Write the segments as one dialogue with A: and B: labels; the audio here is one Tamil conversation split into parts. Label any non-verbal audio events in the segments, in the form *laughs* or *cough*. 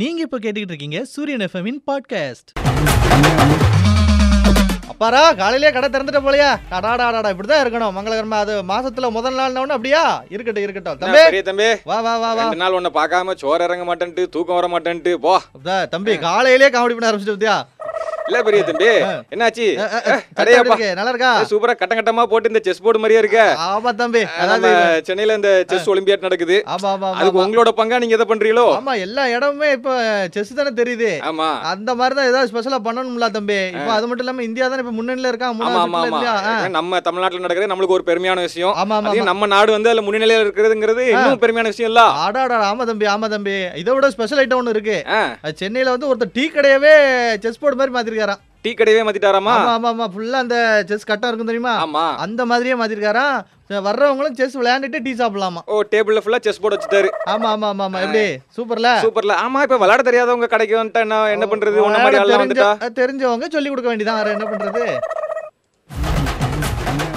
A: நீங்க இப்ப கேட்டுக்கிட்டு இருக்கீங்க சூரியன் எஃப்எம்மின் பாட்காஸ்ட்
B: அப்பாரா காலையிலே கடை திறந்துட்ட போலயா டாடாடாடா இப்படிதான் இருக்கணும் மங்களகரமா அது மாசத்துல முதல் நாள்னா ஒண்ணு அப்படியா இருக்கட்டும் இருக்கட்டும்
C: என்ன
B: தம்பி
C: பெரிய தம்பி
B: வா வா வா வா
C: ரெண்டு நாள் உன்னை பார்க்காம சோறு இறங்க மாட்டேன்ட்டு தூக்கம் வர மாட்டேன்ட்டு போ
B: அப்பா, தம்பி காலையிலே காமெடி பண்ண ஆரம்பிச்சிட்டு பாத்தியா?
C: இல்ல பெரிய தம்பி என்னாச்சு
B: அஹ், அஹ், அஹ், சட்டை எப்படி
C: அடையாப்பா
B: இருக்கு? நல்லா இருக்கா
C: சூப்பரா கட்ட கட்டமா போட்டு இந்த செஸ் போர்டு மாதிரியே இருக்க
B: ஆமா தம்பி
C: நம்ம
B: அதாவது
C: சென்னையில இந்த செஸ் ஒலிம்பியாட் நடக்குது
B: ஆமா ஆமா ஆமா,
C: அதுக்கு
B: ஆமா
C: உங்களோட பங்கா நீங்க எதை பண்றீங்களோ
B: ஆமா எல்லா இடமுமே இப்ப செஸ் தானே தெரியுது
C: ஆமா
B: அந்த மாதிரி தான் ஏதாவது ஸ்பெஷலா பண்ணணும்ல தம்பி இப்ப அது மட்டும் இல்லாம இந்தியா தானே இப்ப முன்னணியில இருக்கா
C: ஆமா ஆமா
B: மூணாவது
C: ஆமா
B: இல்லையா ஆ.
C: ஏன்னா நம்ம தமிழ்நாட்டுல நடக்கிறது நம்மளுக்கு ஒரு பெருமையான விஷயம்
B: ஆமா ஆமா
C: அதையும் நம்ம நாடு வந்து அதுல முன்னிலையில இருக்கிறதுங்கிறது இன்னும் பெருமையான விஷயம் இல்ல
B: ஆடாடா ஆமா தம்பி ஆமா தம்பி இதை விட ஸ்பெஷல் ஐட்டம் ஒன்று இருக்கு
C: ஆ.
B: அது சென்னையில வந்து ஒருத்தர் டீ கடையவே செஸ் போர்டு மாதிரி மாத்திருக்காராம்
C: டீ கடையவே மாத்திட்டாராமா
B: ஆமா ஆமா ஆமா ஃபுல்லா அந்த செஸ் கட்டம் இருக்கும் தெரியுமா
C: ஆமா
B: அந்த மாதிரியே மாத்திருக்காராம் சரி, வர்றவங்களும் செஸ் விளையாண்டுட்டு டீ சாப்பிடலாமா
C: ஓ டேபிள்ல ஃபுல்லா செஸ் போர்டு வச்சுட்டாரு
B: ஆமா ஆமா ஆமா ஆமா எப்படி சூப்பர்ல
C: சூப்பர்ல ஆமா இப்ப விளையாட தெரியாதவங்க கடைக்கு வந்துட்டா என்ன என்ன பண்றது உன்ன மாதிரி எல்லாம்
B: தெரிஞ்ச-
C: வந்துட்டா
B: அஹ், தெரிஞ்சவங்க சொல்லி கொடுக்க வேண்டியதான் வேற என்ன பண்றது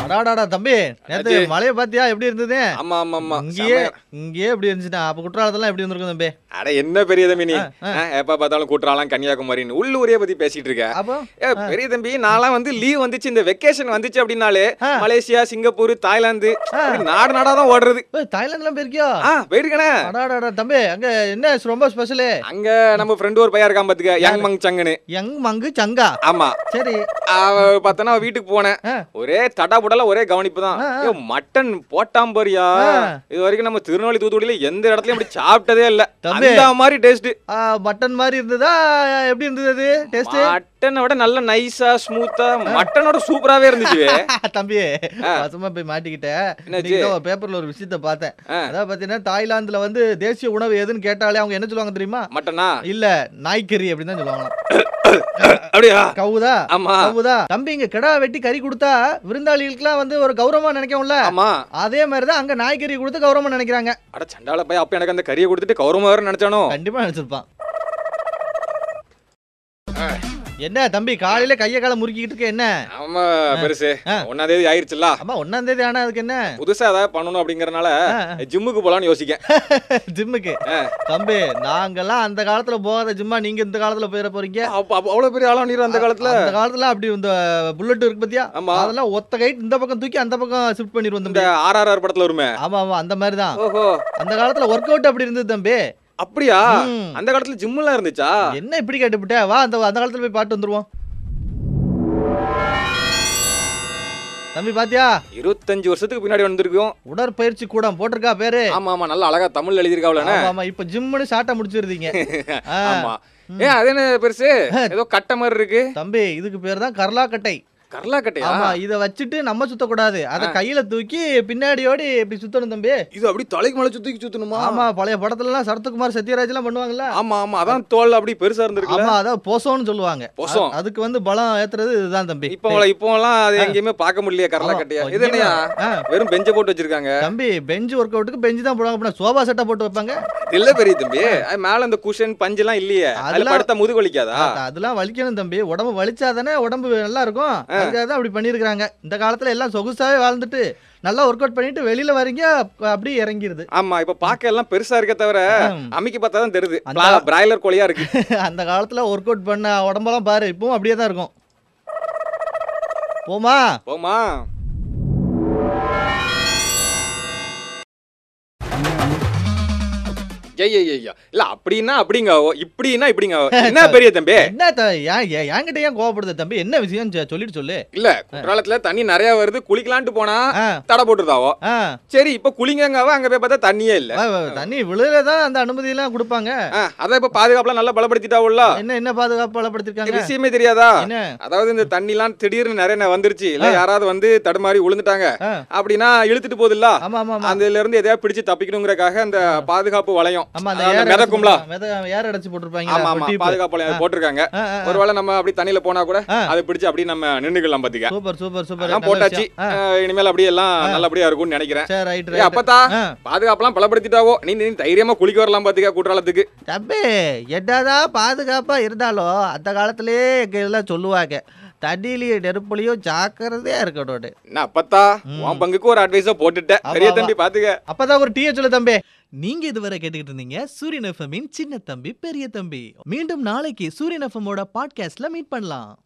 B: அடாடாடா தம்பி நேத்து மழையை பாத்தியா எப்படி இருந்தது
C: ஆமா ஆமா ஆமா
B: இங்கேயே இங்கேயே எப்படி இருந்துச்சுடா அப்ப குற்றாலத்தெல்லாம் எப்படி இருந்திருக்கும் தம்பி
C: அட என்ன பெரிய தம்பி நீ ஆ, எப்ப பார்த்தாலும் கூட்டுறாலாம் கன்னியாகுமரின்னு உள்ளூரே பத்தி பேசிட்டு இருக்க
B: அப்போ
C: ஏ, பெரிய தம்பி நான்லாம் வந்து லீவ் வந்துச்சு இந்த வெக்கேஷன் வந்துச்சு அப்படின்னாலே
B: ஆ.
C: மலேசியா சிங்கப்பூர் தாய்லாந்து இப்படி நாடு நாடா தான் ஓடுறது
B: ஏய், தாய்லாந்துலாம் போயிருக்கியா
C: ஆ போயிருக்கனே
B: அடாடாடா தம்பி அங்க என்ன ரொம்ப ஸ்பெஷலு
C: அங்க நம்ம ஃப்ரெண்டு ஒரு பையன் இருக்கான் பாத்துக்க யங் மங் சங்குன்னு
B: யங் மங்கு சங்கா
C: ஆமா
B: சரி
C: அவ பார்த்தனா வீட்டுக்கு போனேன்
B: ஆ.
C: ஒரே தடா புடல ஒரே கவனிப்பு தான் மட்டன் போட்டாம்பரியா இது வரைக்கும் நம்ம திருநெல்வேலி தூத்துக்குடியில எந்த இடத்துலயும் அப்படி சாப்பிட்டதே இல்ல
B: தம்பி.
C: அந்த மாதிரி டேஸ்ட்
B: ஆ, மட்டன் மாதிரி இருந்ததா எப்படி இருந்தது அது டேஸ்ட்
C: மட்டனை விட நல்ல நைஸா ஸ்மூத்தா மட்டனோட சூப்பராவே இருந்துச்சு
B: தம்பி பசமா போய் மாட்டிக்கிட்டேன்
C: என்னாச்சு?
B: இன்னைக்கு தான் ஒரு பேப்பர்ல ஒரு விஷயத்த பார்த்தேன்
C: ஆ.
B: அதாவது பாத்தீங்கன்னா தாய்லாந்துல வந்து தேசிய உணவு எதுன்னு கேட்டாலே அவங்க என்ன சொல்லுவாங்க தெரியுமா
C: மட்டனா
B: இல்ல நாய்க்கறி அப்படின்னு தான் சொல்லுவாங்க
C: அப்படியா
B: கவுதா
C: ஆமா
B: கவுதா தம்பி இங்க கிடா வெட்டி கறி கொடுத்தா விருந்தாளிகளுக்குலாம் வந்து ஒரு கௌரவமா நினைக்கும்ல
C: ஆமா
B: அதே மாதிரி தான் அங்க நாய்க்கறி கொடுத்து கௌரவமா நினைக்கிறாங்க
C: அட சண்டால பையன் அப்ப எனக்கு அந்த கறியை கொடுத்துட்டு கௌரவமா வேற நினைச்சானோ
B: கண்டிப்பா நினைச்சிருப்பான் என்ன தம்பி காலையில கைய காலை முறுக்கிட்டு இருக்க என்ன
C: ஆமா பெருசு
B: ஆ.
C: ஒன்னாம் தேதி ஆயிருச்சுல்ல
B: ஆமா ஒன்னாம் தேதி ஆனா அதுக்கு என்ன
C: புதுசா ஏதாவது பண்ணணும் அப்படிங்கறனால
B: ஆ.
C: ஜிம்முக்கு போலாம்னு யோசிக்கேன்
B: ஜிம்முக்கு தம்பி நாங்கெல்லாம் அந்த காலத்துல போகாத ஜிம்மா நீங்க இந்த காலத்துல போயிட போறீங்க
C: அப்ப அப்ப அவ்வளவு பெரிய ஆளா நீர் அந்த காலத்துல
B: அந்த காலத்துல அப்படி இந்த புல்லட் இருக்கு பாத்தியா
C: ஆமா.
B: அதெல்லாம் ஒத்த கைட் இந்த பக்கம் தூக்கி அந்த பக்கம் ஷிஃப்ட் பண்ணிடுவோம்
C: இந்த
B: தம்பி
C: ஆர்ஆர்ஆர் படத்துல வருமே
B: ஆமா ஆமா அந்த மாதிரி தான்
C: ஓஹோ
B: அந்த காலத்துல ஒர்க் அவுட் அப்படி இருந்தது தம்பி
C: அப்படியா
B: ம்.
C: அந்த காலத்துல ஜிம் எல்லாம் இருந்துச்சா
B: என்ன இப்படி கேட்டுப்பிட்ட வா அந்த அந்த காலத்துல போய் பாட்டு வந்துருவோம் தம்பி பாத்தியா
C: இருபத்தஞ்சு வருஷத்துக்கு பின்னாடி வந்திருக்கோம்
B: உடற்பயிற்சி கூடம் போட்டிருக்கா பேரு
C: ஆமா ஆமா நல்லா அழகா தமிழ்ல எழுதியிருக்காவுல
B: ஆமா ஆமா இப்ப ஜிம்னு ஷார்ட்டா முடிச்சிருந்தீங்க ஆ.
C: ஆமா ஏன் அது என்ன பெருசு ஏதோ கட்டை மாதிரி இருக்கு
B: தம்பி இதுக்கு பேர் தான் கர்லாக்கட்டை
C: கர்லா கட்டையா
B: ஆமா இத வச்சுட்டு நம்ம சுத்த கூடாது அத கையில தூக்கி பின்னாடியோடி இப்படி சுத்தணும் தம்பி
C: இது அப்படியே தலைக்கு மேல சுத்திக்கு சுத்தணுமா
B: ஆமா பழைய படத்துல எல்லாம் சரத்குமார் சத்யராஜ் எல்லாம் பண்ணுவாங்கல்ல
C: ஆமா ஆமா அதான் தோல் அப்படி பெருசா இருந்திருக்குல்ல
B: ஆமா அதான் போசோன்னு சொல்லுவாங்க
C: பொசம்.
B: அ- அதுக்கு வந்து பலம் ஏத்துறது இதுதான் தம்பி
C: இப்போ இப்போ எல்லாம் அது எங்கேயுமே பார்க்க முடியல கரலா
B: ஆமா,
C: கட்டையா
B: ஆமா.
C: இது என்னயா
B: ஆ.
C: வெறும் பெஞ்ச போட்டு வச்சிருக்காங்க
B: தம்பி பெஞ்ச் ஒர்க் அவுட்டுக்கு பெஞ்ச் தான் போடுவாங்க அப்படின்னா சோபா செட்டா போட்டு வைப்பாங்க
C: இது இல்ல பெரிய தம்பி அது மேல அந்த குஷன் பஞ்சு எல்லாம் இல்லையே அதுல
B: அதெல்லாம்
C: படுத்தா முதுகு வலிக்காதா
B: அத- அதெல்லாம் வலிக்கணும் தம்பி உடம்பு வலிச்சாதானே உடம்பு நல்லா இருக்கும் அதுக்காக தான் அப்படி பண்ணியிருக்காங்க இந்த காலத்துல எல்லாம் சொகுசாவே வாழ்ந்துட்டு நல்லா ஒர்க் அவுட் பண்ணிட்டு வெளியில வரீங்க அப்- அப்படியே இறங்கிருது
C: ஆமா இப்ப பாக்க எல்லாம் பெருசா இருக்க தவிர
B: ம்.
C: அமைக்க பார்த்தா தான் தெரியுது
B: அந்த-
C: பிளா- பிராய்லர் கோழியா இருக்கு
B: அந்த காலத்துல ஒர்க் அவுட் பண்ண உடம்பெல்லாம் பாரு இப்பவும் அப்படியே தான் இருக்கும் போமா
C: போமா ஐயா ஐயா இல்ல அப்படின்னா அப்படிங்க இப்படின்னா இப்படிங்க
B: *laughs*
C: என்ன பெரிய தம்பி
B: என்ன த- ஏன் ஏன் என்கிட்ட ஏன் கோவப்படுது தம்பி என்ன விஷயம் சொ- சொல்லிட்டு சொல்லு
C: இல்ல குற்றாலத்துல தண்ணி நிறைய வருது குளிக்கலான்ட்டு போனா
B: ஆ,
C: தடை போட்டுருதாவோ
B: ஆ,
C: சரி இப்ப குளிங்கங்காவ அங்க போய் பார்த்தா தண்ணியே இல்ல
B: வா, வா, தண்ணி விழுல தான் அந்த அனுமதி எல்லாம் கொடுப்பாங்க
C: ஆ, அதான் இப்ப பாதுகாப்புலாம் நல்லா பலப்படுத்திட்டாவுல்ல
B: என்ன என்ன பாதுகாப்பு
C: இந்த
B: பலப்படுத்திருக்காங்க
C: விஷயமே தெரியாதா
B: என்ன
C: அதாவது இந்த தண்ணிலாம் திடீர்னு நிறைய ந- வந்துருச்சு இல்ல யாராவது வந்து தடுமாறி விழுந்துட்டாங்க
B: ஆ.
C: அப்படின்னா இழுத்துட்டு போகுதுல்ல
B: ஆமா ஆமா ஆமா
C: அதுல இருந்து எதையாவது பிடிச்சு தப்பிக்கணுங்கிறக்காக அந்த பாதுகாப்பு வளையம்
B: ஆமா அந்த
C: அதாவது
B: ஏர்
C: அந்த
B: அடைச்சு
C: மிதக்கும்ல
B: போட்டு- மித- ஏர் அடைச்சு போட்டிருப்பாங்க
C: ஆமா ஆமா பாதுகாப்பு வளையம் அது போட்டிருக்காங்க ஒருவேளை நம்ம அப்படி தண்ணியில போனா கூட
B: ஆ.
C: அதை பிடிச்சு அப்படியே நம்ம நின்னுக்கலாம் பாத்துக்க
B: சூப்பர் சூப்பர் சூப்பர்
C: அதெல்லாம் போட்டாச்சு அஹ், இனிமேல் அப்படியே எல்லாம் நல்லபடியா இருக்கும்னு நினைக்கிறேன்
B: சரி ரைட்
C: ஏய், அப்பத்தா
B: ஆ.
C: பாதுகாப்புலாம் பலப்படுத்திட்டாவோ நீ நீ தைரியமா குளிக்க வரலாம் பாத்துக்க குற்றாலத்துக்கு
B: தம்பி என்னதான் பாதுகாப்பா இருந்தாலும் அந்த காலத்திலேயே எல்லாம் சொல்லுவாங்க
D: தடியிலயோ நெருப்புலயோ ஜாக்கிரதையா இருக்கணும்
C: நான் அப்பத்தா உன் பங்குக்கு ஒரு அட்வைஸா போட்டுட்டேன்
D: ஆமா,
C: பெரிய
D: ஆமா.
C: தம்பி பாத்துக்க
D: அப்பதான் ஒரு டீ சொல்லு தம்பி
B: நீங்க இதுவரை கேட்டுக்கிட்டு இருந்தீங்க சூரியன் எஃப்எம்மின் சின்ன தம்பி பெரிய தம்பி மீண்டும் நாளைக்கு சூரியன் எஃப்எம்மோட பாட்காஸ்ட்ல மீட் பண்ணலாம்